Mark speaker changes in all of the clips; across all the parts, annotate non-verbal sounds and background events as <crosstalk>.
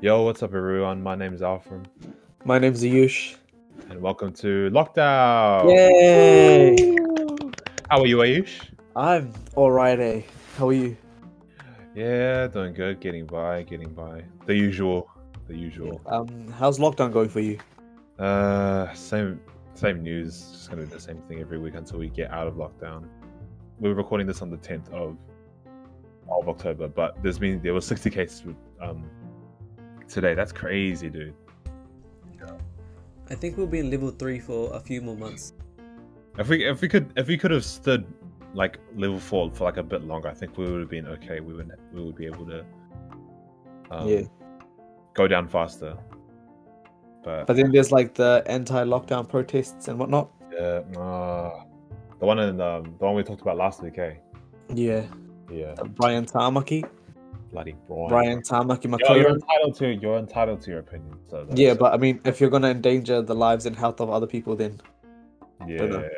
Speaker 1: Yo, what's up, everyone? My name is Alfred,
Speaker 2: My name's Ayush.
Speaker 1: and welcome to Lockdown.
Speaker 2: Yay!
Speaker 1: How are you, Ayush?
Speaker 2: I'm alright, eh? How are you?
Speaker 1: Yeah, doing good, getting by, getting by. The usual, the usual.
Speaker 2: Um, how's lockdown going for you?
Speaker 1: Uh, same, same news. Just gonna do the same thing every week until we get out of lockdown. We were recording this on the 10th of of October, but there's been there were 60 cases um today. That's crazy, dude.
Speaker 3: I think we'll be in level three for a few more months.
Speaker 1: If we if we could if we could have stood like level four for like a bit longer, I think we would have been okay. We would we would be able to um,
Speaker 2: Yeah.
Speaker 1: go down faster. But,
Speaker 2: But then there's like the anti-lockdown protests and whatnot.
Speaker 1: uh, ah, the one in um, the one we talked about last week, eh?
Speaker 2: Yeah.
Speaker 1: Yeah,
Speaker 2: Uh, Brian Tamaki.
Speaker 1: bloody Brian.
Speaker 2: Brian Tamaki
Speaker 1: Yo, you're
Speaker 2: Makoto.
Speaker 1: entitled to you're entitled to your opinion. So that's-
Speaker 2: Yeah, but I mean, if you're gonna endanger the lives and health of other people, then
Speaker 1: yeah,
Speaker 2: dunno.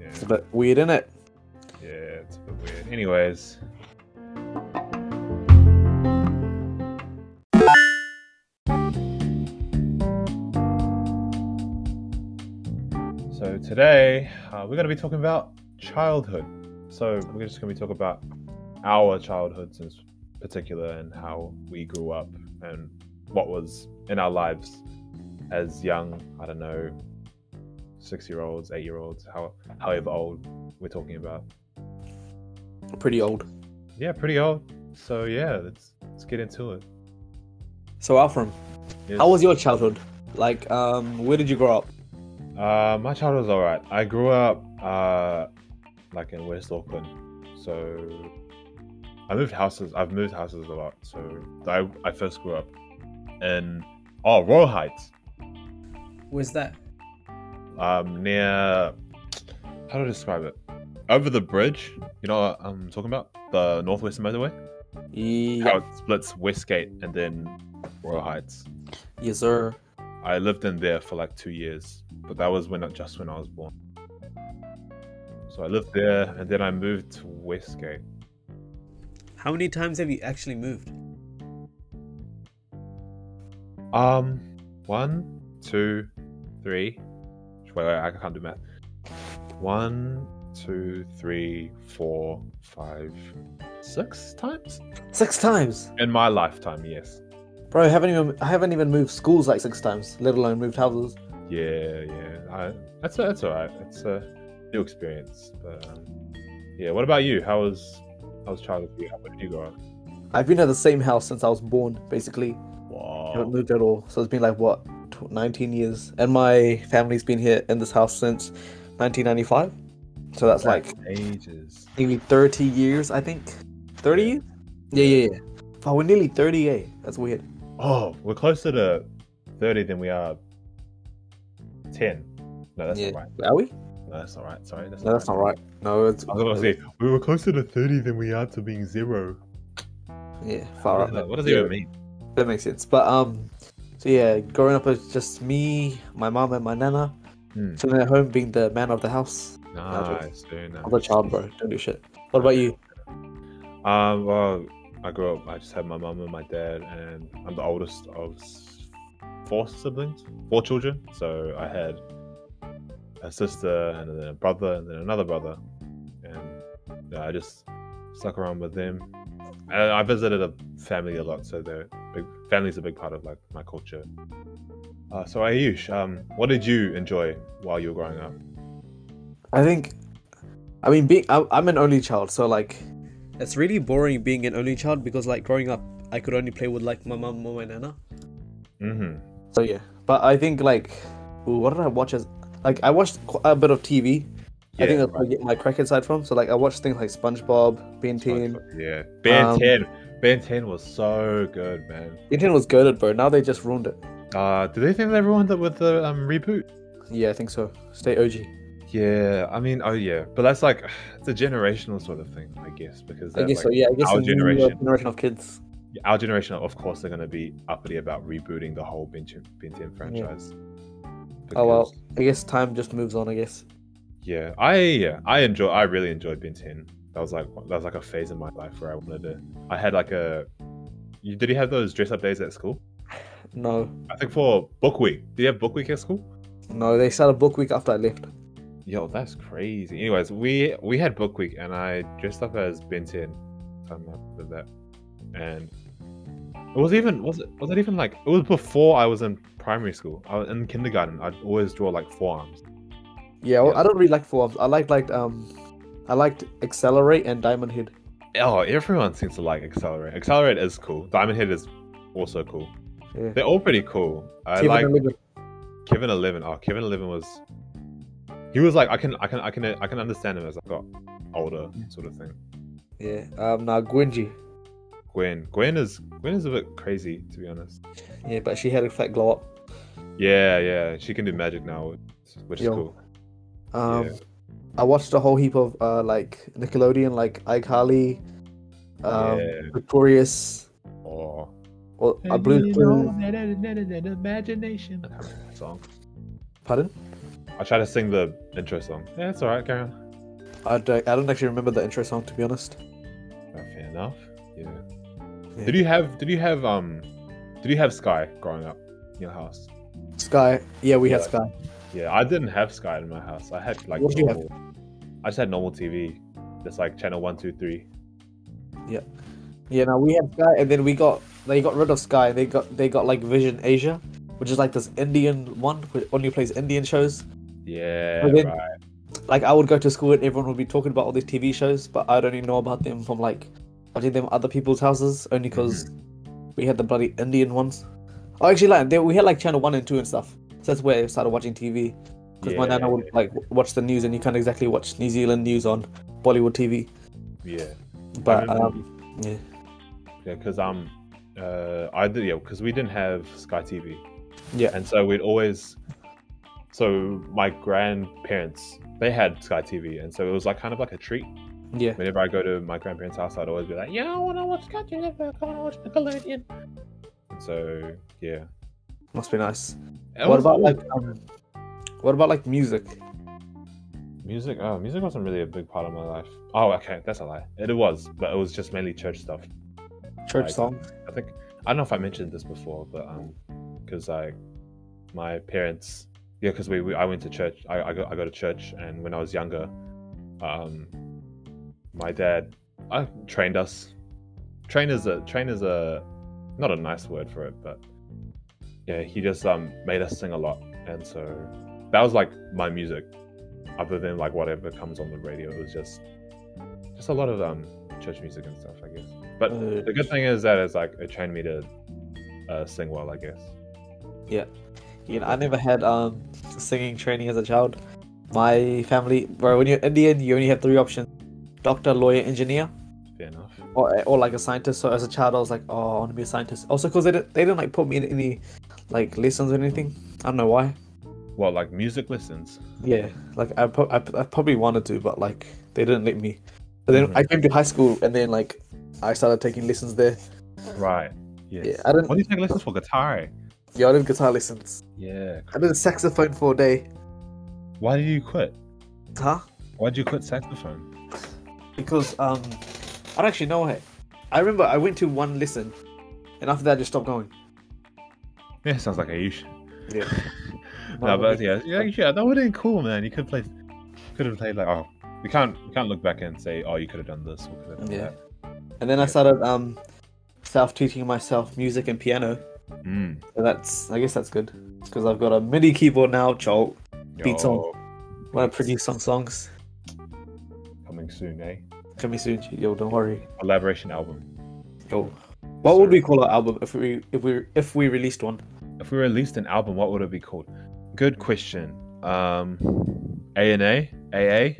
Speaker 1: yeah,
Speaker 2: it's a bit weird, isn't it?
Speaker 1: yeah, it's a bit weird. Anyways, So today uh, we're going to be talking about childhood. So we're just going to be talking about our childhoods in particular and how we grew up and what was in our lives as young. I don't know, six-year-olds, eight-year-olds, how however old we're talking about.
Speaker 2: Pretty old.
Speaker 1: Yeah, pretty old. So yeah, let's let's get into it.
Speaker 2: So Alfram,
Speaker 1: Yes.
Speaker 2: how was your childhood? Like, um, where did you grow up?
Speaker 1: Uh, my childhood was alright. I grew up uh, like in West Auckland, so I moved houses. I've moved houses a lot. So I, I first grew up in oh Royal Heights,
Speaker 3: Where's that?
Speaker 1: um, near how do I describe it? Over the bridge, you know what I'm talking about the Northwestern Motorway. How
Speaker 2: Yeah.
Speaker 1: it splits Westgate and then Royal Heights.
Speaker 2: Yes, sir.
Speaker 1: I lived in there for like two years, but that was when just when I was born. So I lived there, and then I moved to Westgate.
Speaker 3: How many times have you actually moved?
Speaker 1: Um, one, two, three. Wait, wait, I can't do math. One, two, three, four, five, six times
Speaker 2: Six times.
Speaker 1: in my lifetime. Yes.
Speaker 2: Bro, I haven't even I haven't even moved schools like six times, let alone moved houses.
Speaker 1: Yeah, yeah. I, that's that's all right. It's a new experience, but um, yeah. What about you? How was how was childhood for you? How did you grow up?
Speaker 2: I've been at the same house since I was born, basically.
Speaker 1: Wow. Oh.
Speaker 2: Haven't moved at all. So it's been like what, tw- 19 years, and my family's been here in this house since 1995. So that's like
Speaker 1: ages.
Speaker 2: nearly 30 years, I think. 30 years? Yeah, yeah, yeah. Oh, we're nearly 38. That's weird.
Speaker 1: Oh, we're closer to thirty than we are ten. No, that's
Speaker 2: yeah.
Speaker 1: not right.
Speaker 2: Are we?
Speaker 1: No, that's not right. Sorry, that's
Speaker 2: No,
Speaker 1: not
Speaker 2: that's not right. No, it's
Speaker 1: I was gonna say we were closer to thirty than we are to being zero.
Speaker 2: yeah,
Speaker 1: what,
Speaker 2: far up.
Speaker 1: does that, what does it
Speaker 2: Yeah.
Speaker 1: even mean?
Speaker 2: That makes sense. But um, so yeah, growing up it's just me, my mom, and my nana.
Speaker 1: Hmm.
Speaker 2: Sitting at home, being the man of the house.
Speaker 1: Nice, very nice.
Speaker 2: I'm a child, bro. Don't do shit. What about you?
Speaker 1: Um, well, I grew up. I just had my mum and my dad, and I'm the oldest of s- four siblings, four children. So I had a sister, and then a brother, and then another brother, and yeah, I just stuck around with them. And I visited a family a lot, so they're big. Family's a big part of like my culture. Uh, so Ayush, um, what did you enjoy while you were growing up?
Speaker 2: I think, I mean, being I, I'm an only child, so like,
Speaker 3: It's really boring being an only child because, like, growing up, I could only play with like my mum or my nana.
Speaker 1: Mm-hmm.
Speaker 2: so yeah. But I think like, ooh, what did I watch as? Like, I watched qu- a bit of TV. I think that's where I get my cricket side from. So like, I watched things like SpongeBob, Ben 10.
Speaker 1: Yeah, Ben
Speaker 2: Um,
Speaker 1: 10. Ben 10 was so good, man.
Speaker 2: Ben 10 was goaded, bro. Now they just ruined it.
Speaker 1: Uh, do they think they ruined it with the um, reboot?
Speaker 2: Yeah, I think so. Stay OG.
Speaker 1: Yeah, I mean, oh yeah, but that's like <sighs> it's a generational sort of thing, I guess, because
Speaker 2: I
Speaker 1: that,
Speaker 2: guess
Speaker 1: like,
Speaker 2: so. Yeah, I guess
Speaker 1: our
Speaker 2: the newer
Speaker 1: generation.
Speaker 2: uh, generation of kids.
Speaker 1: our generation, of course, they're going to be uppity about rebooting the whole Ben 10, ben 10 franchise.
Speaker 2: Oh well,
Speaker 1: Because-
Speaker 2: I guess time just moves on. I guess.
Speaker 1: Yeah, I yeah, I enjoy. I really enjoyed Ben 10. That was like that was like a phase in my life where I wanted to. I had like a. You, did you have those dress up days at school?
Speaker 2: No,
Speaker 1: I think for book week. Do you have book week at school?
Speaker 2: no, they started book week after I left.
Speaker 1: Yo, that's crazy. Anyways, we we had book week, and I dressed up as Ben Ten. if I'm not with that, and it was even was it was it even like it was before I was in primary school. I was in kindergarten. I'd always draw like forearms.
Speaker 2: Yeah, well,
Speaker 1: Yeah.
Speaker 2: I don't really like forearms. I like like um, I liked accelerate and diamond head.
Speaker 1: Oh, everyone seems to like accelerate. Accelerate is cool. Diamond Head is also cool.
Speaker 2: Yeah.
Speaker 1: They're all pretty cool. I
Speaker 2: Kevin
Speaker 1: like
Speaker 2: O'Leary.
Speaker 1: Kevin Eleven. Oh, Kevin Eleven was. He was like I can I can I can I can understand him as I got older sort of thing.
Speaker 2: Yeah. Um. Now Gwenji.
Speaker 1: Gwen Gwen is Gwen is a bit crazy to be honest.
Speaker 2: Yeah, but she had a fat glow up.
Speaker 1: Yeah, yeah, she can do magic now, which is
Speaker 2: Yo.
Speaker 1: cool.
Speaker 2: Um,
Speaker 1: Yeah.
Speaker 2: I watched a whole heap of uh like Nickelodeon, like iCarly, um,
Speaker 1: yeah.
Speaker 2: Victorious,
Speaker 1: Or
Speaker 2: or uh, Blue. Blue-
Speaker 1: imagination. I can't remember that song.
Speaker 2: Pardon?
Speaker 1: I try to sing the intro song. Yeah, it's alright, Karen.
Speaker 2: I don't, I don't actually remember the intro song to be honest.
Speaker 1: Fair enough. Yeah.
Speaker 2: Yeah.
Speaker 1: Did you have did you have um did you have Sky growing up in your house?
Speaker 2: Sky. Yeah, we had
Speaker 1: Yeah.
Speaker 2: Sky.
Speaker 1: Yeah, I didn't have Sky in my house. I had like
Speaker 2: What did you have?
Speaker 1: I just had normal TV. Just like channel one, two, three.
Speaker 2: Yeah, no, we had Sky, and then we got they got rid of Sky. They got they got like Vision Asia, which is like this Indian one which only plays Indian shows.
Speaker 1: Yeah,
Speaker 2: And then-
Speaker 1: right.
Speaker 2: Like I would go to school and everyone would be talking about all these TV shows, but I'd only know about them from like watching them at other people's houses only because
Speaker 1: Mm-hmm.
Speaker 2: we had the bloody Indian ones. Oh, actually, like they, we had like channel one and two and stuff. So that's where I started watching TV because my
Speaker 1: Yeah,
Speaker 2: nana would like w- watch the news, and you can't exactly watch New Zealand news on Bollywood TV.
Speaker 1: Yeah.
Speaker 2: But
Speaker 1: remember-
Speaker 2: um, yeah,
Speaker 1: Yeah, because um, uh, I did yeah, because we didn't have Sky TV.
Speaker 2: Yeah.
Speaker 1: and so we'd always, so my grandparents they had Sky TV, and so it was like kind of like a treat.
Speaker 2: um, yeah,
Speaker 1: Whenever I go to my grandparents' house, I'd always be like, "Yeah, I want to watch Sky TV. I want to watch Nickelodeon." And so yeah,
Speaker 2: must be nice.
Speaker 1: It
Speaker 2: what
Speaker 1: was
Speaker 2: about
Speaker 1: cool.
Speaker 2: like um, what about like music?
Speaker 1: music? Oh, music wasn't really a big part of my life. Oh, okay, that's a lie. It was, but it was just mainly church stuff.
Speaker 2: Church
Speaker 1: Like-
Speaker 2: songs?
Speaker 1: I think I don't know if I mentioned this before, but um, because I, my parents, yeah, because we, we I went to church. I I go, I go to church, and when I was younger, um, my dad, I trained us. Train is a train is a, not a nice word for it, but yeah, he just um made us sing a lot, and so that was like my music, other than like whatever comes on the radio. It was just, just a lot of um church music and stuff, I guess. But
Speaker 2: Uh,
Speaker 1: the good thing is that it's like it trained me to uh, sing well, I guess.
Speaker 2: You know, I never had um singing training as a child. My family, bro, when you're Indian, you only have three options: doctor, lawyer, engineer,
Speaker 1: Fair enough.
Speaker 2: or or like a scientist. So as a child, I was like, oh, I want to be a scientist. Also, because they didn't, they didn't like put me in any like lessons or anything. I don't know why.
Speaker 1: Well, like music lessons.
Speaker 2: Yeah, like I, pro- I, I probably wanted to, but like they didn't let me. But then
Speaker 1: Mhm.
Speaker 2: I came to high school, and then like I started taking lessons there.
Speaker 1: Right. Yes.
Speaker 2: Yeah, I don't-
Speaker 1: Why do you take lessons for guitar? eh?
Speaker 2: Yeah, I did guitar lessons.
Speaker 1: Yeah.
Speaker 2: I did saxophone for a day.
Speaker 1: Why did you quit?
Speaker 2: Huh?
Speaker 1: Why did you quit saxophone?
Speaker 2: Because um, I don't actually know why. I remember I went to one lesson, and after that I just stopped going.
Speaker 1: Yeah, sounds like a you should.
Speaker 2: <laughs> Yeah.
Speaker 1: no, but yeah, yeah, yeah, that would have been cool, man. You could play, could have played like oh, we can't, we can't look back and say oh, you could have done this or could have done
Speaker 2: Yeah.
Speaker 1: that.
Speaker 2: And then I started um, self-teaching myself music and piano.
Speaker 1: Mm.
Speaker 2: And that's I guess that's good because I've got a MIDI keyboard now. Jolt. Beats on.
Speaker 1: Yo,
Speaker 2: When I produce some songs,
Speaker 1: coming soon, eh?
Speaker 2: coming soon. Yo, don't worry.
Speaker 1: Collaboration album.
Speaker 2: Yo. What would we call our album if we if we if we released one?
Speaker 1: If we released an album, what would it be called? Good question. Um, A and A, AA,
Speaker 2: A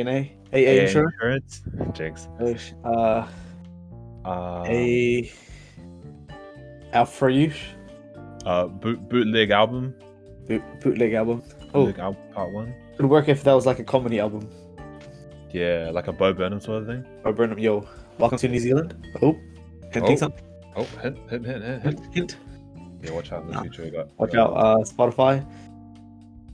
Speaker 2: and A, A A insurance.
Speaker 1: insurance, jinx.
Speaker 2: Uh,
Speaker 1: Uh,
Speaker 2: a. Alpha Youth
Speaker 1: uh, boot, bootleg album.
Speaker 2: boot- bootleg album. Oh,
Speaker 1: Bootleg album part one.
Speaker 2: could work if that was like a comedy album.
Speaker 1: Yeah, like a Bo Burnham sort of thing.
Speaker 2: Oh, Burnham, yo, welcome to New Zealand. Oh, hinting
Speaker 1: Oh.
Speaker 2: something.
Speaker 1: Oh, hint, hint, hint, hint, hint.
Speaker 2: Hint, hint.
Speaker 1: Yeah, watch out in the
Speaker 2: Nah.
Speaker 1: future. We got,
Speaker 2: Watch
Speaker 1: we got-
Speaker 2: out, uh, Spotify.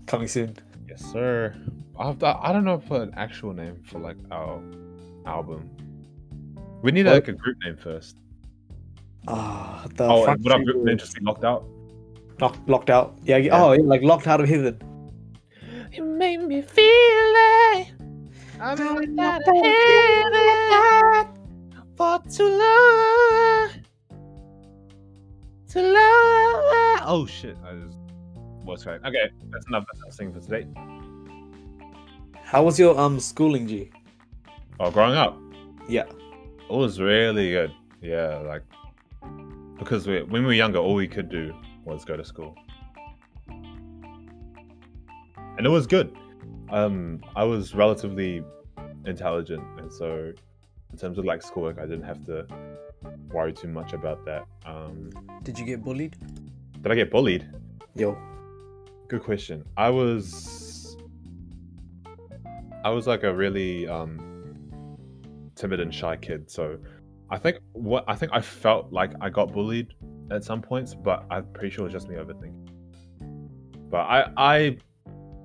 Speaker 2: Coming soon.
Speaker 1: Yes, sir. I, have to, I don't know if an actual name for like our album. We need
Speaker 2: Well-
Speaker 1: like a group name first.
Speaker 2: Ah, the
Speaker 1: Oh,
Speaker 2: front
Speaker 1: would our
Speaker 2: three
Speaker 1: group name
Speaker 2: words.
Speaker 1: just be locked out?
Speaker 2: Knocked, locked out. Yeah,
Speaker 1: Yeah.
Speaker 2: Oh, yeah, like locked out of heaven.
Speaker 4: You make me feel like I'm out of heaven for too long. Too long.
Speaker 1: Oh shit! I just was correct. Okay, that's enough. That's enough thing for today.
Speaker 2: How was your um schooling, G?
Speaker 1: Oh, growing up,
Speaker 2: Yeah.
Speaker 1: it was really good. Yeah, like because we, when we were younger, all we could do was go to school, and it was good. Um, I was relatively intelligent, and so in terms of like schoolwork, I didn't have to worry too much about that. Um,
Speaker 3: Did you get bullied?
Speaker 1: did I get bullied?
Speaker 2: Yo.
Speaker 1: Good question. I was I was like a really um timid and shy kid, so I think what I think I felt like I got bullied at some points, but I'm pretty sure it was just me overthinking. But I I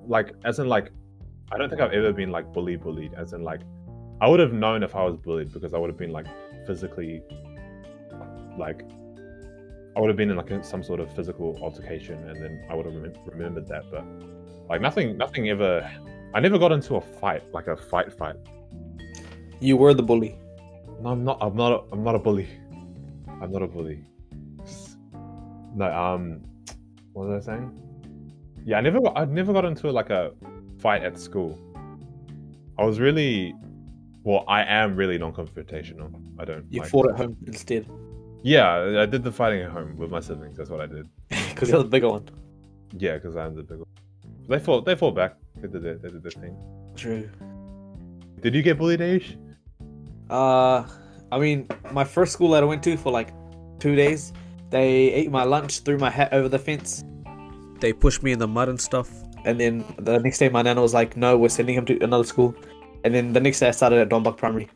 Speaker 1: like as in like I don't think I've ever been like bully bullied as in like I would have known if I was bullied because I would have been like physically like I would have been in like a, some sort of physical altercation, and then I would have remem- remembered that. But like nothing, nothing ever. I never got into a fight, like a fight fight.
Speaker 2: You were the bully.
Speaker 1: No, I'm not. I'm not. A, I'm not a bully. I'm not a bully. No. Um. What was I saying? Yeah, I never. Got, I never got into like a fight at school. I was really. Well, I am really non-confrontational. I don't.
Speaker 2: You
Speaker 1: like-
Speaker 2: fought at home instead <laughs>
Speaker 1: Yeah, I did the fighting at home with my siblings. That's what I did.
Speaker 2: because you're the bigger one.
Speaker 1: Yeah, because I'm the big one. They fought. They fought back. They did their, they did their thing.
Speaker 2: True.
Speaker 1: Did you get bullied, Aish?
Speaker 2: Uh, I mean, my first school that I went to for like two days, they ate my lunch, threw my hat over the fence,
Speaker 3: They pushed me in the mud and stuff.
Speaker 2: and then the next day my nana was like, "No, we're sending him to another school." And then the next day I started at Donbuck Primary.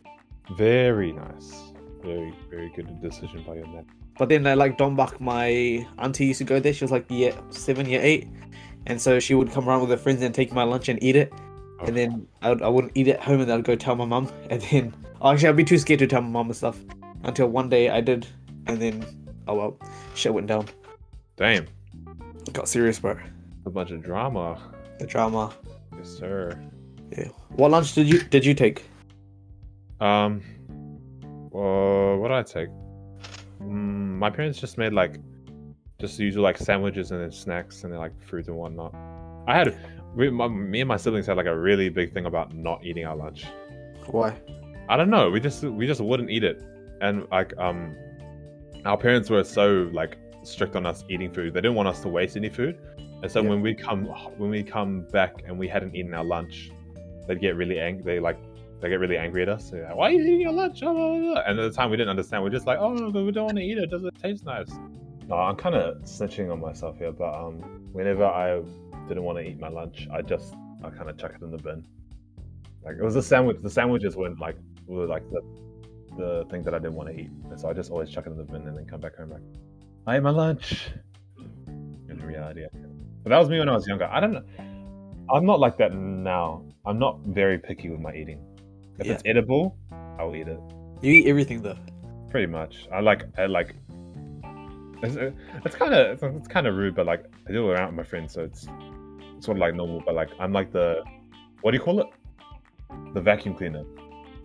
Speaker 1: Very nice. Very, very good decision by your man.
Speaker 2: But then uh, like Donbuck, my auntie used to go there. She was like year seven, year eight, and so she would come around with her friends and take my lunch and eat it. And then I, would, I wouldn't eat it at home, and then I'd go tell my mum. And then oh, actually, I'd be too scared to tell my mum and stuff. Until one day I did, and then oh well, shit went down.
Speaker 1: Damn,
Speaker 2: Got serious, bro.
Speaker 1: a bunch of drama.
Speaker 2: The drama.
Speaker 1: Yes, sir.
Speaker 2: Yeah. What lunch did you did you take?
Speaker 1: Um, well, what did I take? Mm, my parents just made like, just the usual like sandwiches and then snacks and then like fruit and whatnot. I had, we, my, me and my siblings had like a really big thing about not eating our lunch.
Speaker 2: Why?
Speaker 1: I don't know. We just we just wouldn't eat it, and like um, our parents were so like strict on us eating food. They didn't want us to waste any food, and so
Speaker 2: Yeah.
Speaker 1: when we come when we come back and we hadn't eaten our lunch, they'd get really angry. They like they get really angry at us. They're like, Why are you eating your lunch? Blah, blah, blah. And at the time we didn't understand. We're just like, oh, but we don't want to eat it. Does it taste nice? No, I'm kind of snitching on myself here, but um, whenever I didn't want to eat my lunch, I just I kind of chucked it in the bin. Like it was the sandwich. The sandwiches weren't like were like the the thing that I didn't want to eat, and so I just always chuck it in the bin and then come back home like I ate my lunch. In reality, I didn't. but that was me when I was younger. I don't know. I'm not like that now. I'm not very picky with my eating. If
Speaker 2: Yeah.
Speaker 1: it's edible, I'll eat it.
Speaker 2: You eat everything though.
Speaker 1: Pretty much. I like. I like. It's, it's kind of it's kind of rude, but like I do it around with my friends, so it's it's sort of like normal. But like I'm like the what do you call it? The vacuum cleaner.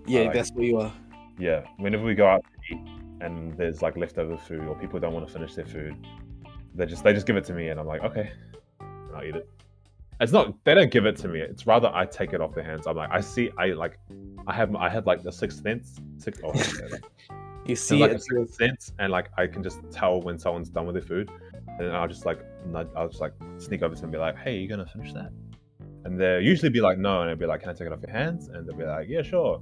Speaker 2: Yeah,
Speaker 1: like-
Speaker 2: that's what you are.
Speaker 1: Yeah, whenever we go out to eat and there's like leftover food or people don't want to finish their food, they just they just give it to me and I'm like, okay, and I'll eat it. It's not they don't give it to me. It's rather I take it off their hands. I'm like, I see, I like, I have I have like the sixth sense, six, oh, yeah, like,
Speaker 2: You see
Speaker 1: like
Speaker 2: it.
Speaker 1: a sixth sense, and like I can just tell when someone's done with their food, and then I'll just like nudge- I'll just like sneak over to them and be like, hey, you gonna finish that? And they'll usually be like, no, and I'll be like, can I take it off your hands? And they'll be like, yeah, sure.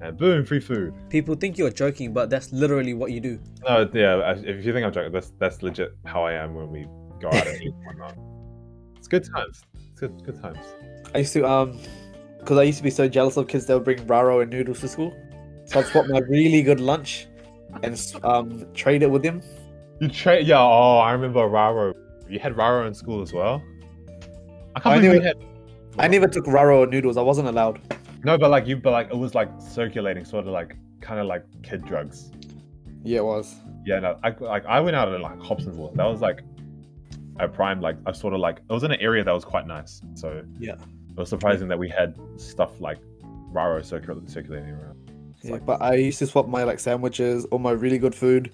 Speaker 1: And boom, free food.
Speaker 3: People think you're joking, but that's literally what you do.
Speaker 1: No, yeah. I- If you think I'm joking, that's that's legit how I am when we go out and eat and
Speaker 2: <laughs>
Speaker 1: whatnot. It's good times. It's good, good times.
Speaker 2: I used to um, because I used to be so jealous of kids that would bring raro and noodles to school, so I'd <laughs> spot my really good lunch, and um, trade it with them.
Speaker 1: You trade? Yeah. Oh, I remember Raro. You had Raro in school as well. I can't
Speaker 2: I
Speaker 1: believe
Speaker 2: never-
Speaker 1: you had.
Speaker 2: I never took raro or noodles. I wasn't allowed.
Speaker 1: No, but like you, but like it was like circulating, sort of like kind of like kid drugs.
Speaker 2: Yeah, it was.
Speaker 1: Yeah. No, I like I went out and like Hobsonville. That was like at Prime, like I sort of like it was in an area that was quite nice. So
Speaker 3: Yeah.
Speaker 1: it was surprising that we had stuff like Raro circul- circulating around.
Speaker 2: It's like, but I used to swap my like sandwiches or my really good food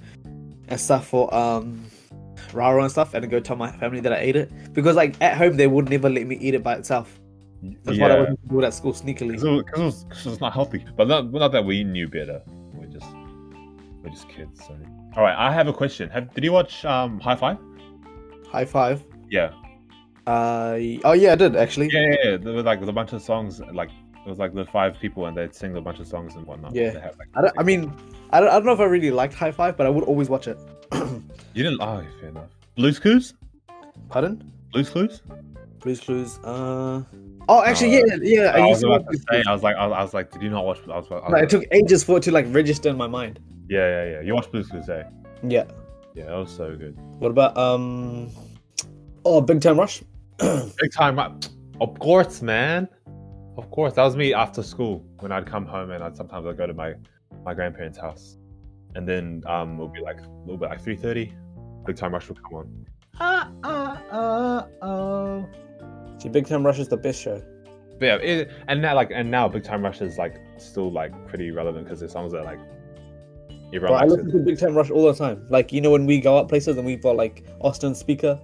Speaker 2: and stuff for um raro and stuff, and go tell my family that I ate it because like at home they would never let me eat it by itself. That's what I
Speaker 1: yeah,
Speaker 2: would do it at school sneakily.
Speaker 1: because it, was- 'cause it was- 'cause it was not healthy, but not, but not that we knew better. We're just we're just kids. So. All right, I have a question. Have, did you watch um, High Five?
Speaker 2: High five.
Speaker 1: Yeah.
Speaker 2: Uh, oh yeah, I did actually.
Speaker 1: Yeah, yeah, yeah. There was like there was a bunch of songs, like it was like the five people, and they'd sing a bunch of songs and whatnot.
Speaker 2: Yeah.
Speaker 1: They had, like,
Speaker 2: I, don't, I mean, I don't, I don't know if I really liked High Five, but I would always watch it.
Speaker 1: you didn't. Oh, fair enough. Blues Clues.
Speaker 2: Pardon?
Speaker 1: Blues Clues.
Speaker 2: Blues Clues. Uh. Oh, actually,
Speaker 1: No,
Speaker 2: yeah, yeah. I,
Speaker 1: I was
Speaker 2: used to
Speaker 1: about
Speaker 2: watch
Speaker 1: to
Speaker 2: Blues
Speaker 1: say.
Speaker 2: Clues.
Speaker 1: I was like, I was, I was like, did you not watch? I was, I was
Speaker 2: Like, it took ages for it to like register in my mind.
Speaker 1: Yeah, yeah, yeah. You watched Blues Clues, eh?
Speaker 2: Yeah.
Speaker 1: Yeah, that was so good.
Speaker 2: What about um? Oh, Big Time Rush.
Speaker 1: Big time. right? Of course, man. Of course, that was me after school when I'd come home and I'd sometimes I'd go to my my grandparents' house, and then um, it'll be like it'll be like three thirty. Big time rush will come on.
Speaker 4: Uh, uh, uh, oh.
Speaker 2: See, Big Time Rush is the best show.
Speaker 1: But yeah, it, and now like and now Big Time Rush is like still like pretty relevant because there's songs that like
Speaker 2: Bro, I
Speaker 1: everyone likes
Speaker 2: listen
Speaker 1: it.
Speaker 2: to Big Time Rush all the time. Like you know when we go out places and we've got like Austin speaker.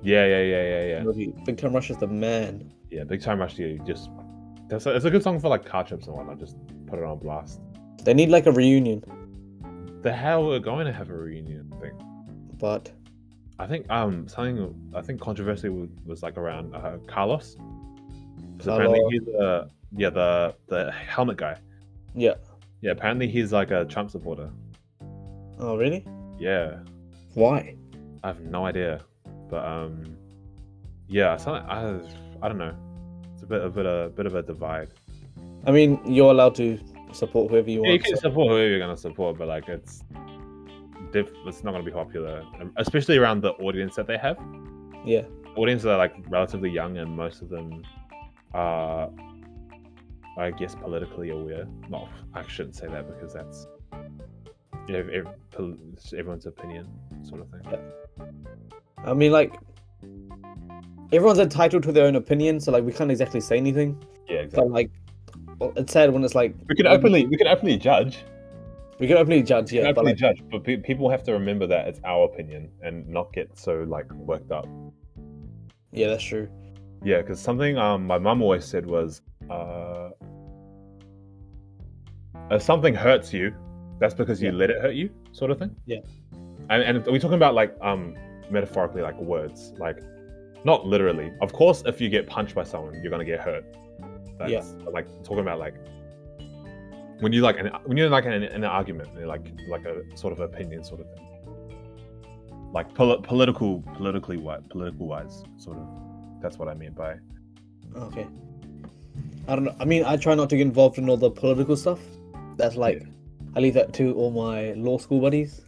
Speaker 1: Yeah, yeah, yeah, yeah, yeah.
Speaker 2: Big Time Rush is the man.
Speaker 1: Yeah, Big Time Rush. Yeah, you just that's a, it's a good song for like car trips and whatnot. Just put it on blast.
Speaker 2: They need like a reunion,
Speaker 1: The hell we're going to have a reunion thing.
Speaker 2: but
Speaker 1: I think um something I think controversy was, was like around uh, Carlos because apparently
Speaker 2: Carlos.
Speaker 1: he's the yeah the the helmet guy.
Speaker 2: Yeah.
Speaker 1: Yeah, apparently he's like a Trump supporter.
Speaker 2: oh really?
Speaker 1: Yeah,
Speaker 2: Why?
Speaker 1: I have no idea, but um, yeah, something I I don't know. It's a bit a bit a bit of a divide.
Speaker 2: I mean, you're allowed to support whoever you
Speaker 1: Yeah, you
Speaker 2: want.
Speaker 1: can
Speaker 2: so-
Speaker 1: support whoever you're gonna support, but like it's diff- it's not gonna be popular, um, especially around the audience that they have.
Speaker 2: yeah.
Speaker 1: audience are like relatively young and most of them are i guess politically aware well i shouldn't say that because that's you know, ev- pol- it's everyone's opinion sort of thing
Speaker 2: I mean, like everyone's entitled to their own opinion, so like we can't exactly say anything.
Speaker 1: yeah
Speaker 2: But like, well, it's sad when it's like
Speaker 1: we can openly we can openly judge
Speaker 2: we can openly judge,
Speaker 1: yeah,
Speaker 2: yeah, but
Speaker 1: openly
Speaker 2: like,
Speaker 1: judge but pe- people have to remember that it's our opinion and not get so like worked up
Speaker 2: yeah, that's true.
Speaker 1: Yeah, because something um my mum always said was, uh, if something hurts you, that's because you let it hurt you, sort of thing.
Speaker 2: Yeah.
Speaker 1: And and we're talking about like um metaphorically, like words, like not literally. Of course, if you get punched by someone, you're gonna get hurt. That's, but, Like talking about like when you like an, when you're like in, an- in an argument, you're, like like a sort of opinion, sort of thing. Like pol- political, politically, wi- political wise, sort of. That's what I mean by
Speaker 2: Okay. I don't know. I mean, I try not to get involved in all the political stuff. That's like, I leave that to all my law school buddies.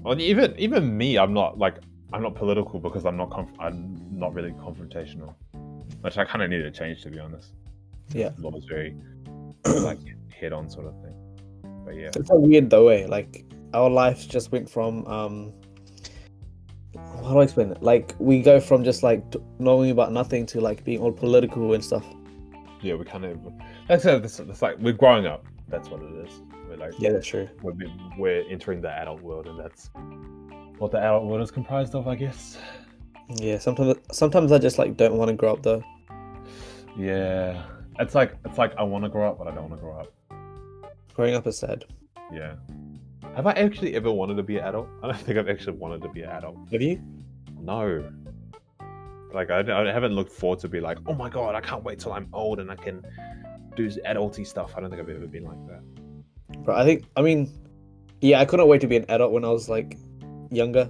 Speaker 1: Well, even even me, I'm not like I'm not political because I'm not conf- I'm not really confrontational, which I kind of need to change to be honest.
Speaker 2: Yeah.
Speaker 1: law is very <coughs> like head on sort of thing. But yeah,
Speaker 2: It's so weird though, eh? Like, our lives just went from, um, how do I explain it? Like, we go from just like t- knowing about nothing to like being all political and stuff.
Speaker 1: yeah, we kind of that's, a, that's, that's like we're growing up. That's what it is. We're like
Speaker 2: Yeah, that's true.
Speaker 1: we're, be- we're entering the adult world, and that's what the adult world is comprised of, I guess.
Speaker 2: Yeah, sometimes sometimes I just like don't want to grow up though.
Speaker 1: Yeah, it's like it's like I want to grow up, but I don't want to grow up.
Speaker 2: Growing up is sad.
Speaker 1: Yeah. Have I actually ever wanted to be an adult? I don't think I've actually wanted to be an adult.
Speaker 2: Have you?
Speaker 1: No. Like I, I haven't looked forward to be like, oh my god, I can't wait till I'm old and I can do adulty stuff. I don't think I've ever been like that.
Speaker 2: But I think I mean, yeah, I couldn't wait to be an adult when I was like younger.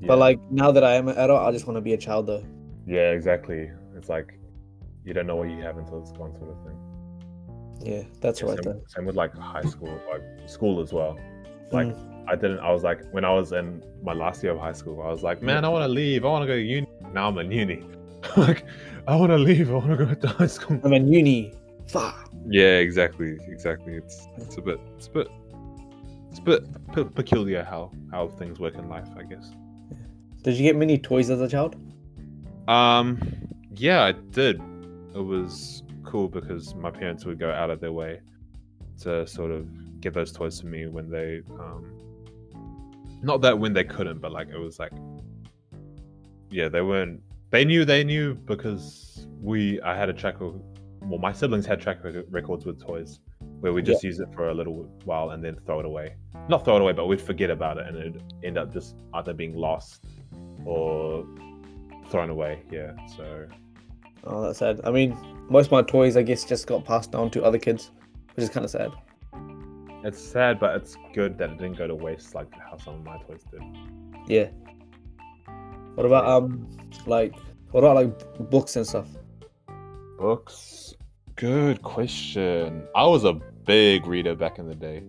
Speaker 1: Yeah.
Speaker 2: But like now that I am an adult, I just want to be a child though.
Speaker 1: yeah, exactly. It's like you don't know what you have until it's gone, sort of thing.
Speaker 2: Yeah, that's
Speaker 1: Yeah,
Speaker 2: right
Speaker 1: same,
Speaker 2: though.
Speaker 1: same with like high school, like school as well. Like
Speaker 2: Mm.
Speaker 1: I didn't. I was like when I was in my last year of high school, I was like, man, I want to leave. I want to go to uni. Now I'm in uni. <laughs> like I want to leave. I want to go to high school.
Speaker 2: I'm in uni. Fuck.
Speaker 1: Yeah, exactly, exactly. It's it's a bit it's a bit it's a bit pe- peculiar how how things work in life, I guess.
Speaker 2: Did you get many toys as a child?
Speaker 1: Um, yeah, I did. It was cool because my parents would go out of their way to sort of give those toys to me when they, um, not that when they couldn't, but like it was like, yeah, they weren't. They knew they knew because we I had a track. Of, well, my siblings had track rec- records with toys where we just use it for a little while and then throw it away. Not throw it away, but we'd forget about it and it'd end up just either being lost or thrown away. Yeah. So
Speaker 2: Oh, that's sad. I mean, most of my toys, I guess, just got passed down to other kids, which is kind of sad.
Speaker 1: it's sad, but it's good that it didn't go to waste like how some of my toys did.
Speaker 2: Yeah. What about um, like, what about like books and stuff?
Speaker 1: Books. Good question. I was a big reader back in the day.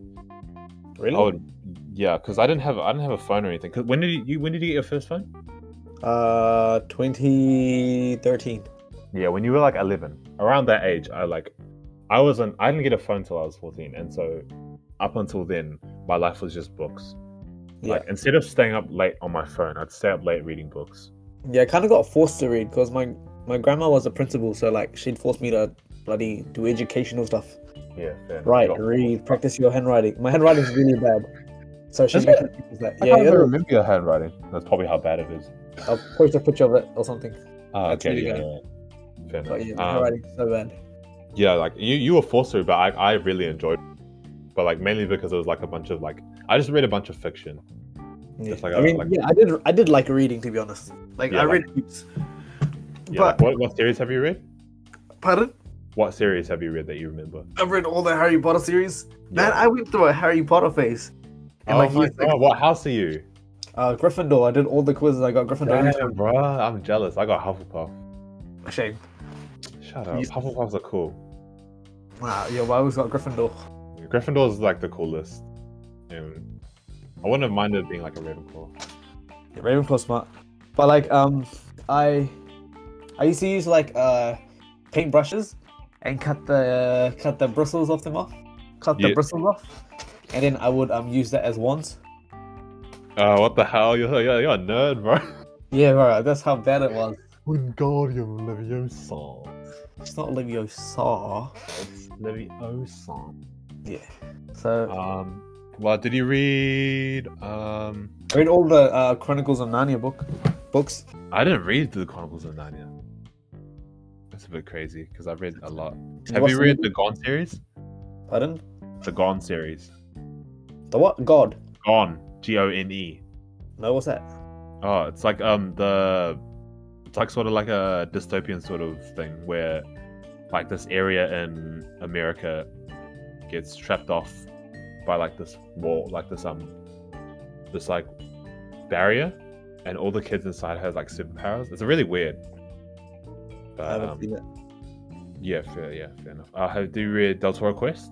Speaker 2: Really?
Speaker 1: I would, yeah, because I didn't have I didn't have a phone or anything. 'Cause when did you- you when did you get your first phone?
Speaker 2: Uh, 2013.
Speaker 1: Yeah, when you were like eleven. Around that age, I like, I wasn't I didn't get a phone till I was fourteen, and so up until then, my life was just books.
Speaker 2: Yeah.
Speaker 1: Like instead of staying up late on my phone, I'd stay up late reading books.
Speaker 2: Yeah, I kind of got forced to read because my my grandma was a principal, so like she'd force me to bloody do educational stuff.
Speaker 1: Yeah, fair enough.
Speaker 2: Right,
Speaker 1: Got-
Speaker 2: read, practice your handwriting. My handwriting's really bad, so she
Speaker 1: Is
Speaker 2: made me practice that.
Speaker 1: I
Speaker 2: Yeah,
Speaker 1: can't even
Speaker 2: it'll-
Speaker 1: remember your handwriting. That's probably how bad it is.
Speaker 2: I'll post a picture of it or something.
Speaker 1: Oh,
Speaker 2: That's
Speaker 1: okay,
Speaker 2: really
Speaker 1: yeah,
Speaker 2: good.
Speaker 1: yeah, yeah. Fair
Speaker 2: But yeah,
Speaker 1: enough.
Speaker 2: my
Speaker 1: Um,
Speaker 2: handwriting's so bad.
Speaker 1: yeah, like you, you were forced to, but I, I really enjoyed, it. but like mainly because it was like a bunch of like I just read a bunch of fiction.
Speaker 2: Yeah.
Speaker 1: like
Speaker 2: I
Speaker 1: a-
Speaker 2: mean,
Speaker 1: like-
Speaker 2: yeah, I did. I did like reading, to be honest. Like
Speaker 1: Yeah,
Speaker 2: I
Speaker 1: like-
Speaker 2: read heaps.
Speaker 1: Yeah, like,
Speaker 2: But-
Speaker 1: what, what series have you read?
Speaker 2: Pardon?
Speaker 1: What series have you read that you remember?
Speaker 2: I've read all the Harry Potter series. Man,
Speaker 1: Yeah.
Speaker 2: I went through a Harry Potter phase. And
Speaker 1: oh
Speaker 2: like,
Speaker 1: my
Speaker 2: he's like
Speaker 1: god, what house are you?
Speaker 2: uh, Gryffindor. I did all the quizzes. I got Gryffindor.
Speaker 1: Damn, bro, I'm jealous. I got Hufflepuff.
Speaker 2: Shame.
Speaker 1: Shut up.
Speaker 2: You-
Speaker 1: Hufflepuffs are cool.
Speaker 2: Nah, yeah, well, I always got Gryffindor.
Speaker 1: Gryffindor is like the coolest. And I wouldn't have minded being like a Ravenclaw.
Speaker 2: Yeah, Ravenclaw smart. But like um I I used to use like uh paint brushes and cut the cut the bristles off them off. Cut the
Speaker 1: Yeah.
Speaker 2: bristles off. And then I would um use that as wands.
Speaker 1: Oh, what the hell? You're, you're, you're a nerd, bro. <laughs>
Speaker 2: Yeah, right, that's how bad it was.
Speaker 1: Wingardium Leviosa.
Speaker 2: It's not Livio Saw.
Speaker 1: It's Leviosa.
Speaker 2: Yeah. So
Speaker 1: Um, well, did you read? Um,
Speaker 2: I read all the uh, Chronicles of Narnia book books.
Speaker 1: I didn't read the Chronicles of Narnia. That's a bit crazy because I've read a lot. Have
Speaker 2: What's
Speaker 1: you
Speaker 2: the-
Speaker 1: read the Gone series?
Speaker 2: Pardon?
Speaker 1: The Gone series.
Speaker 2: The what? God.
Speaker 1: Gone. G O N E.
Speaker 2: No, what's that?
Speaker 1: Oh, it's like um the it's like sort of like a dystopian sort of thing where like this area in America gets trapped off by like this wall, like this um this like barrier, and all the kids inside has like superpowers. It's really weird.
Speaker 2: I
Speaker 1: But
Speaker 2: haven't
Speaker 1: um,
Speaker 2: seen it.
Speaker 1: yeah, fair, yeah, fair enough. Uh, have do you read Del Toro Quest?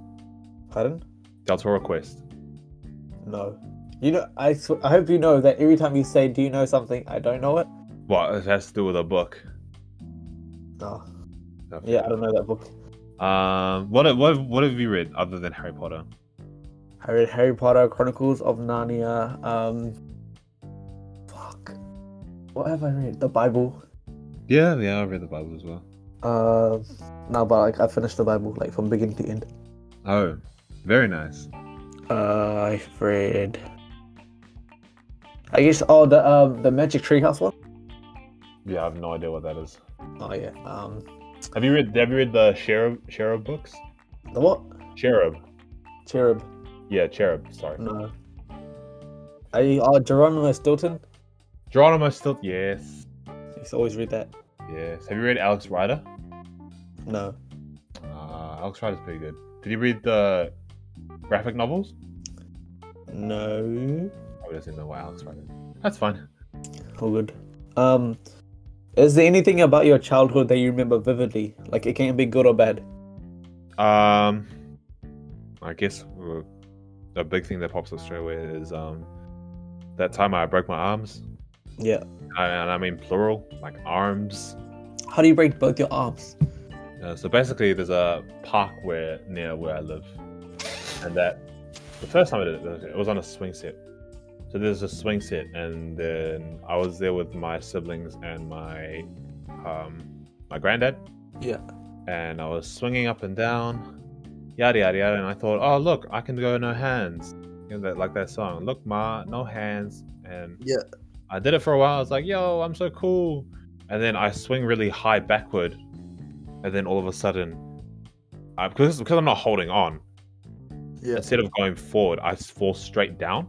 Speaker 2: Pardon?
Speaker 1: Del Toro Quest.
Speaker 2: No. You know, I, sw- I hope you know that every time you say, "Do you know something?" I don't know it.
Speaker 1: What it has to do with a book.
Speaker 2: No. Yeah, I don't know that book.
Speaker 1: Um. What what what have you read other than Harry Potter?
Speaker 2: I read Harry Potter, Chronicles of Narnia. Um, fuck. What have I read? The Bible.
Speaker 1: Yeah, yeah, I read the Bible as well.
Speaker 2: Uh, no, but like I finished the Bible like from beginning to end.
Speaker 1: Oh, very nice.
Speaker 2: Uh, I've read. I guess oh the um the Magic Tree House one.
Speaker 1: Yeah, I have no idea what that is.
Speaker 2: Oh yeah. Um,
Speaker 1: Have you read Have you read the Cherub Cherub books?
Speaker 2: the what?
Speaker 1: Cherub.
Speaker 2: Cherub.
Speaker 1: Yeah, Cherub. Sorry.
Speaker 2: No. I oh Geronimo Stilton.
Speaker 1: Geronimo still. Yes.
Speaker 2: I used to always read that.
Speaker 1: Yes. Have you read Alex Rider?
Speaker 2: No.
Speaker 1: Uh, Alex Rider's pretty good. Did you read the graphic novels?
Speaker 2: No.
Speaker 1: I just didn't know what Alex Rider. Is. That's fine.
Speaker 2: All good. Um, is there anything about your childhood that you remember vividly? Like it can be good or bad.
Speaker 1: Um, I guess uh, a big thing that pops up straight away is um that time I broke my arms,
Speaker 2: Yeah.
Speaker 1: I, and I mean plural, like arms.
Speaker 2: How do you break both your arms?
Speaker 1: Uh, so basically, there's a park where near where I live, and that the first time I did it, it was on a swing set, So there's a swing set, and then I was there with my siblings and my um, my granddad.
Speaker 2: Yeah.
Speaker 1: And I was swinging up and down, yada yada yada. And I thought, oh look, I can go no hands, you know, that, like that song. Look, ma, no hands. And
Speaker 2: Yeah.
Speaker 1: I did it for a while. I was like, yo, I'm so cool. And then I swing really high backward, and then all of a sudden, I, because because I'm not holding on,
Speaker 2: Yeah.
Speaker 1: instead of going forward, I s- fall straight down.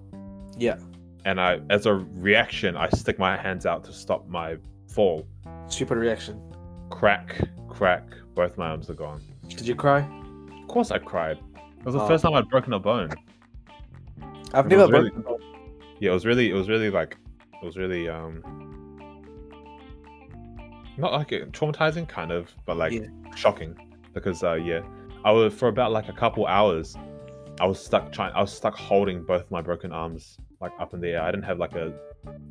Speaker 2: Yeah.
Speaker 1: And I, as a reaction, I stick my hands out to stop my fall.
Speaker 2: Stupid reaction.
Speaker 1: Crack, crack. Both my arms are gone.
Speaker 2: Did you cry?
Speaker 1: Of course, I cried. It was the
Speaker 2: Oh.
Speaker 1: first time I'd broken a bone.
Speaker 2: I've
Speaker 1: It was
Speaker 2: never
Speaker 1: really-
Speaker 2: broken. a bone.
Speaker 1: Yeah, it was really, it was really like, it was really um, not like it- traumatizing, kind of, but like
Speaker 2: Yeah.
Speaker 1: shocking because uh, yeah, I was for about like a couple hours, I was stuck trying, I was stuck holding both my broken arms like up in the air. I didn't have like a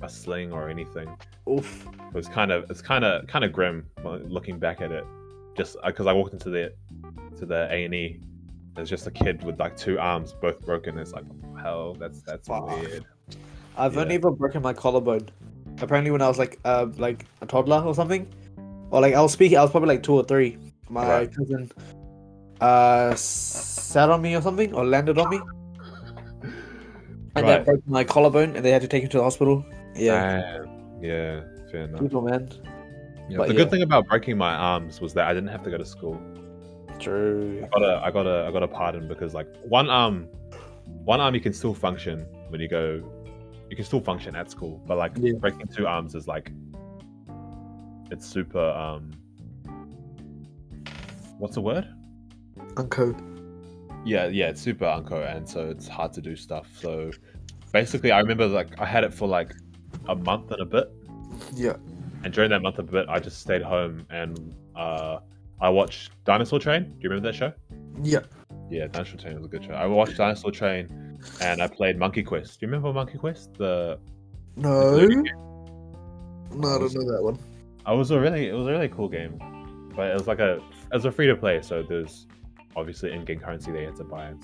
Speaker 1: a sling or anything.
Speaker 2: Oof.
Speaker 1: It was kind of it's kind of kind of grim uh, looking back at it. Just because I walked into the to the A and E, there's just a kid with like two arms both broken. It's like what the hell, that's that's
Speaker 2: Fuck.
Speaker 1: weird.
Speaker 2: I've
Speaker 1: Yeah.
Speaker 2: only ever broken my collarbone. Apparently, when I was like uh, like a toddler or something, or like I was speaking, I was probably like two or three. My
Speaker 1: Right.
Speaker 2: cousin uh sat on me or something, or landed on me, and
Speaker 1: Right.
Speaker 2: that broke my collarbone, and they had to take him to the hospital. Yeah,
Speaker 1: Damn. yeah, fair enough.
Speaker 2: brutal man.
Speaker 1: Yeah,
Speaker 2: but
Speaker 1: the
Speaker 2: yeah.
Speaker 1: good thing about breaking my arms was that I didn't have to go to school.
Speaker 2: True.
Speaker 1: got a, I got a, I got a pardon because like one arm, one arm you can still function when you go, you can still function at school, but like
Speaker 2: Yeah.
Speaker 1: breaking two arms is like, it's super. um What's the word?
Speaker 2: Uncle.
Speaker 1: Yeah, yeah, it's super unco, and so it's hard to do stuff. So basically, I remember like I had it for like a month and a bit,
Speaker 2: Yeah.
Speaker 1: and during that month and a bit, I just stayed home and uh, I watched Dinosaur Train. Do you remember that show?
Speaker 2: Yeah.
Speaker 1: Yeah, Dinosaur Train was a good show. I watched Dinosaur Train and I played Monkey Quest. Do you remember Monkey Quest? The
Speaker 2: No.
Speaker 1: the video game?
Speaker 2: No, I don't know that one.
Speaker 1: I was a really it was a really cool game. But it was like a it was a free to play, so there's obviously in game currency they had to buy it.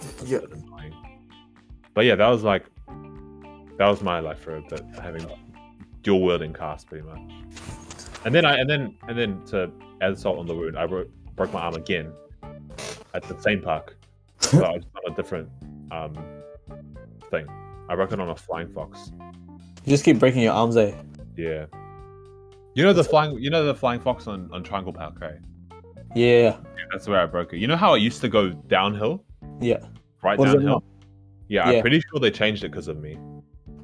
Speaker 1: That's
Speaker 2: Yeah.
Speaker 1: a bit annoying. But yeah, that was like that was my life for a bit, having dual wielding cast pretty much. And then I and then and then to add salt on the wound, I broke, broke my arm again at the same park. So I was on a different um, thing. I broke it on a flying fox.
Speaker 2: You just keep breaking your arms, eh?
Speaker 1: Yeah. You know the flying you know the flying fox on, on Triangle Park, right?
Speaker 2: Yeah.
Speaker 1: That's where I broke it. You know how it used to go downhill?
Speaker 2: Yeah.
Speaker 1: Right
Speaker 2: What is it
Speaker 1: downhill. Yeah,
Speaker 2: Yeah.
Speaker 1: I'm pretty sure they changed it because of me.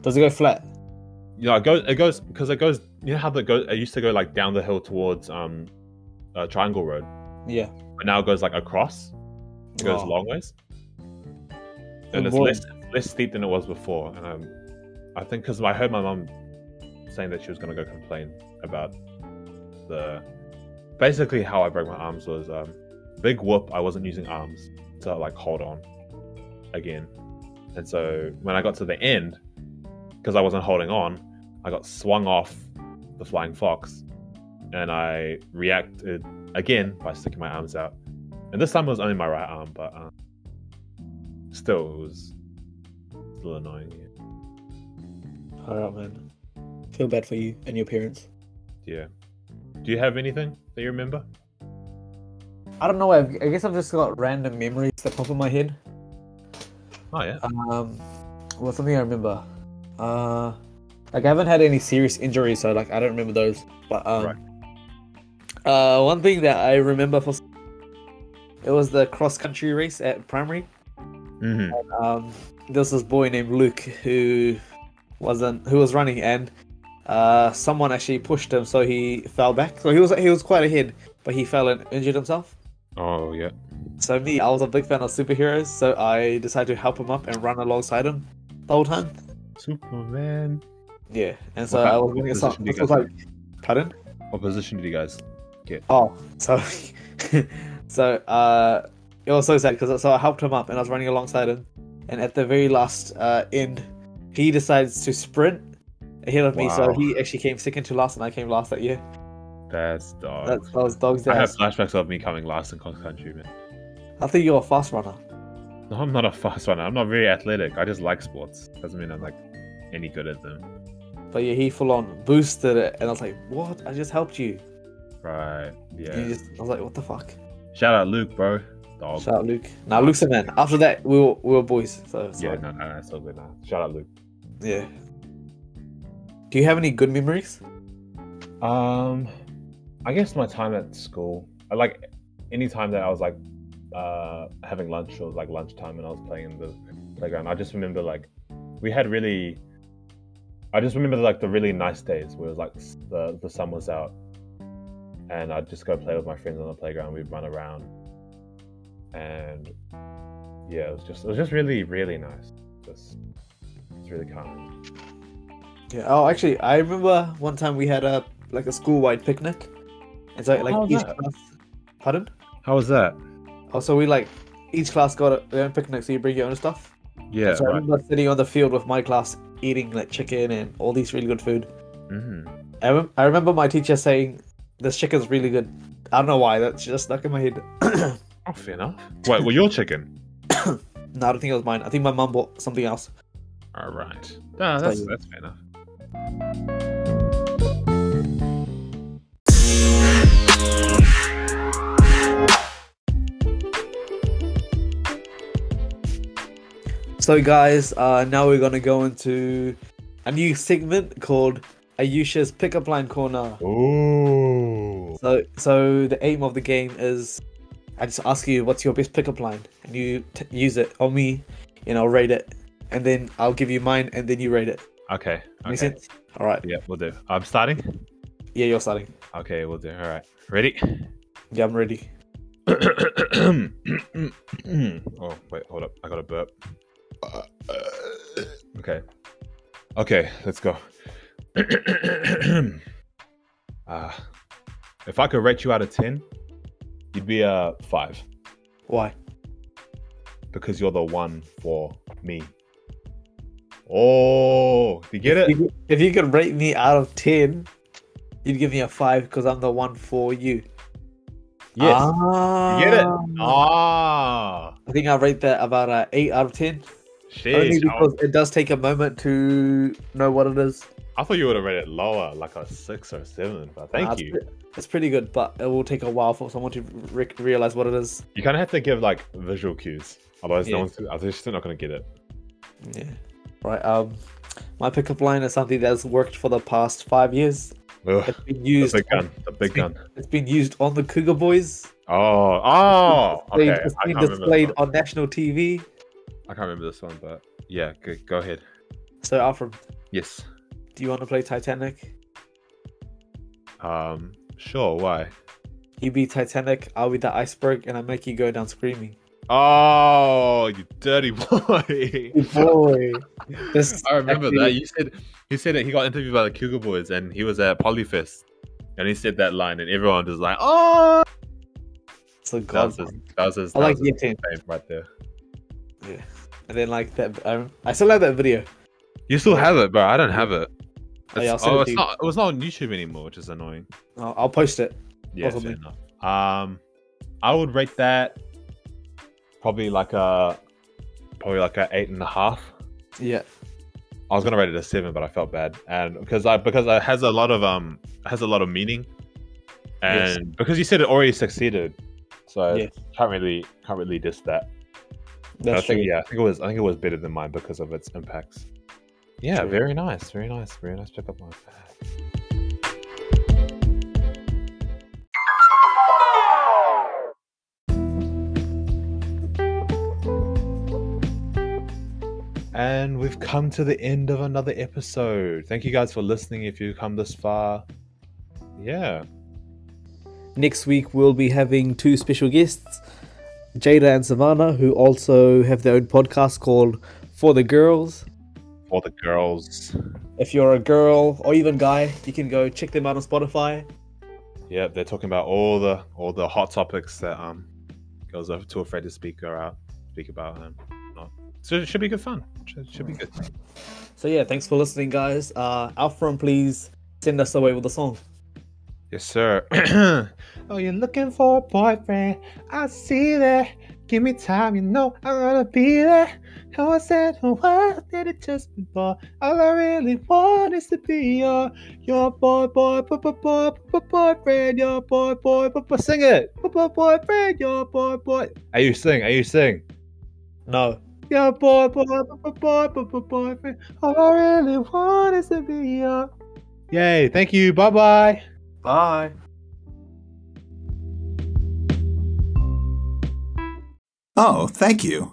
Speaker 2: Does it go flat?
Speaker 1: You know, it goes it goes because it goes you know how the go it used to go like down the hill towards um uh, Triangle Road.
Speaker 2: Yeah.
Speaker 1: But now it goes like across. It goes
Speaker 2: Oh.
Speaker 1: long ways. And
Speaker 2: Good
Speaker 1: it's
Speaker 2: boy.
Speaker 1: less less steep than it was before. And um, I think because I heard my mum saying that she was gonna go complain about the basically how I broke my arms was um, big whoop. I wasn't using arms to like hold on again, and so when I got to the end, because I wasn't holding on, I got swung off the flying fox, and I reacted again by sticking my arms out, and this time it was only my right arm, but um, still it was still annoying. Yeah.
Speaker 2: All right, man. Feel bad for you and your parents.
Speaker 1: Yeah. Do you have anything that you remember?
Speaker 3: I don't know. I I guess I've just got random memories that pop in my head.
Speaker 1: Oh yeah.
Speaker 2: Uh,
Speaker 3: Um, well, something I remember. Uh, like I haven't had any serious injuries, so like I don't remember those. But um,
Speaker 1: Right.
Speaker 2: Uh, one thing that I remember for it was the cross country race at primary.
Speaker 1: Mm-hmm.
Speaker 2: Um, there was this boy named Luke who wasn't who was running, and uh, someone actually pushed him, so he fell back. So he was he was quite ahead, but he fell and injured himself.
Speaker 1: Oh yeah.
Speaker 2: So me, I was a big fan of superheroes, so I decided to help him up and run alongside him the whole time.
Speaker 1: Superman.
Speaker 2: Yeah, and so
Speaker 1: What
Speaker 2: I
Speaker 1: kind-
Speaker 2: was
Speaker 1: what
Speaker 2: doing
Speaker 1: position
Speaker 2: something.
Speaker 1: do you
Speaker 2: This was
Speaker 1: guys
Speaker 2: like, pardon?
Speaker 1: What position did you guys?
Speaker 2: Oh, so, <laughs> so uh, it was so sad because so I helped him up and I was running alongside him, and at the very last uh, end, he decides to sprint ahead of me. So
Speaker 1: Wow.
Speaker 2: he actually came second to last, and I came last that year.
Speaker 1: That's dog.
Speaker 2: That's that was dog's
Speaker 1: Oh. I have
Speaker 2: ass.
Speaker 1: flashbacks of me coming last in cross country, man.
Speaker 2: I think you're a fast runner.
Speaker 1: No, I'm not a fast runner. I'm not very athletic. I just like sports. Doesn't mean I'm like any good at them.
Speaker 2: But yeah, he full on boosted it, and I was like, "What? I just helped you."
Speaker 1: Right.
Speaker 2: And he
Speaker 1: Yeah.
Speaker 2: just, I was like, "What the fuck?"
Speaker 1: Shout out Luke, bro. Dog.
Speaker 2: Shout out Luke. Now nah, Luke's a man. After that, we were we were boys. So it's
Speaker 1: yeah,
Speaker 2: like-
Speaker 1: no, no, no, it's all good now. Shout out Luke.
Speaker 2: yeah. Do you have any good memories?
Speaker 1: Um, I guess my time at school, I like any time that I was like uh, having lunch or like lunchtime and I was playing in the playground, I just remember like we had really, I just remember like the really nice days where it was like s- the, the sun was out and I'd just go play with my friends on the playground. We'd run around and yeah, it was just, it was just really, really nice. Just, it's really kind.
Speaker 2: Yeah. Oh, actually, I remember one time we had a like a school wide picnic, and so like
Speaker 1: How was
Speaker 2: each
Speaker 1: that?
Speaker 2: class. Pardon?
Speaker 1: How was that?
Speaker 2: Oh, so we like each class got a, their own picnic, so you bring your own stuff.
Speaker 1: Yeah.
Speaker 2: so I remember sitting on the field with my class, eating like chicken and all these really good food.
Speaker 1: hmm
Speaker 2: I, rem- I remember my teacher saying, "This chicken's really good." I don't know why that's just stuck in my head. <clears throat>
Speaker 1: Oh, fair enough. Wait, well, your chicken.
Speaker 2: No, I don't think it was mine. I think my mum bought something else.
Speaker 1: All right. No,
Speaker 2: that's-
Speaker 1: that's,
Speaker 2: you-
Speaker 1: that's fair enough.
Speaker 2: So, guys, uh, now we're gonna go into a new segment called Ayusha's Pickup Line Corner.
Speaker 1: Ooh.
Speaker 2: So, so the aim of the game is, I just ask you, what's your best pickup line, and you t- use it on me, and I'll rate it, and then I'll give you mine, and then you rate it.
Speaker 1: Okay.
Speaker 2: Make
Speaker 1: Okay.
Speaker 2: sense? All right.
Speaker 1: Yeah, we'll do. I'm starting.
Speaker 2: Yeah, you're starting.
Speaker 1: Okay, we'll do. All right. Ready?
Speaker 2: Yeah, I'm ready.
Speaker 1: oh, wait, hold up. I got a burp. Okay. Okay, let's go. <coughs> Ah, if I could rate you out of 10, you'd be a 5
Speaker 2: Why?
Speaker 1: because you're the one for me. Oh, do you get it?
Speaker 2: You- If you could rate me out of ten, you'd give me a five because I'm the one for you.
Speaker 1: Yes.
Speaker 2: Ah,
Speaker 1: You get it? Ah,
Speaker 2: I think I rate that about a eight out of ten.
Speaker 1: sheesh. I,
Speaker 2: Only because it does take a moment to know what it is.
Speaker 1: I thought you would have rated it lower, like a six or seven, but thank
Speaker 2: Uh, it's
Speaker 1: you.
Speaker 2: pre- It's pretty good, but it will take a while for someone to re- realize what it is.
Speaker 1: You kind of have to give like visual cues, otherwise,
Speaker 2: Yeah.
Speaker 1: no one's otherwise they're still not going to get it.
Speaker 2: Yeah. Right. Um, my pickup line is something that's worked for the past five years.
Speaker 1: Ugh,
Speaker 2: It's
Speaker 1: <sighs>
Speaker 2: been
Speaker 1: the
Speaker 2: used.
Speaker 1: big gun, the big gun.
Speaker 2: It's been used on the Cougar Boys.
Speaker 1: Oh, oh,
Speaker 2: They-
Speaker 1: okay.
Speaker 2: It's
Speaker 1: I can't,
Speaker 2: been
Speaker 1: remember this
Speaker 2: displayed
Speaker 1: one.
Speaker 2: on national TV.
Speaker 1: I can't remember this one, but yeah, go, go ahead.
Speaker 2: So, Alfred,
Speaker 1: Yes.
Speaker 2: do you want to play Titanic?
Speaker 1: Um, sure. Why?
Speaker 2: You be Titanic, I'll be the iceberg, and I make you go down screaming.
Speaker 1: Oh, you dirty <laughs> boy.
Speaker 2: <laughs> Boy, this
Speaker 1: I remember that.
Speaker 2: actually-
Speaker 1: You said he said that he got interviewed by the Cougar Boys and he was at Polyfest and he said that line and everyone was like, oh,
Speaker 2: It's a
Speaker 1: that
Speaker 2: god.
Speaker 1: was his, that was his,
Speaker 2: I
Speaker 1: that
Speaker 2: like E
Speaker 1: was
Speaker 2: year ten,
Speaker 1: his name right there.
Speaker 2: and then like that. Um, I still like that video.
Speaker 1: You still have it, bro. I don't have it.
Speaker 2: Oh, yeah, I'll
Speaker 1: It's-
Speaker 2: send it
Speaker 1: oh,
Speaker 2: to
Speaker 1: it's
Speaker 2: you.
Speaker 1: not, it was not on YouTube anymore, which is annoying.
Speaker 2: I'll, I'll post it.
Speaker 1: Yeah, fair
Speaker 2: Possibly.
Speaker 1: enough. Um, I would rate that probably like a probably like a eight and a half.
Speaker 2: Yeah,
Speaker 1: I was gonna rate it a seven, but I felt bad, and because I because it has a lot of um has a lot of meaning, and
Speaker 2: Yes.
Speaker 1: because you said it already succeeded, so
Speaker 2: Yeah.
Speaker 1: can't really can't really diss that. I
Speaker 2: that's true.
Speaker 1: think, yeah, I think it was I think it was better than mine because of its impacts. Yeah,
Speaker 2: True.
Speaker 1: very nice, very nice, very nice pickup line. And we've come to the end of another episode. Thank you guys for listening. If you've come this far, yeah,
Speaker 2: Next week we'll be having two special guests, Jada and Savannah, who also have their own podcast called For the Girls.
Speaker 1: for the girls.
Speaker 2: If you're a girl or even guy, you can go check them out on Spotify.
Speaker 1: Yep, they're talking about all the all the hot topics that um girls are too afraid to speak or out speak about and not. So it should be good fun. Should, should be good.
Speaker 2: So yeah, thanks for listening, guys. Uh, Alfred, please send us away with a song.
Speaker 1: Yes, sir. <clears throat> oh, you're looking for a boyfriend? I see that. Give me time, you know I'm gonna be there. how I said, oh, why did it just before? All I really want is to be your, your boy, boy, boy, boy, boy, boy, boyfriend, your boy, boy, boy, boy, sing it, boy, boy, boyfriend, your boy, boy,
Speaker 5: Are you sing? Are you sing?
Speaker 2: No.
Speaker 1: your boy, boy, boy, boy, boy, boy, boy, boyfriend. All I really want is to be your.
Speaker 5: Yay! Thank you. Bye bye.
Speaker 6: Bye.
Speaker 7: Oh, thank you.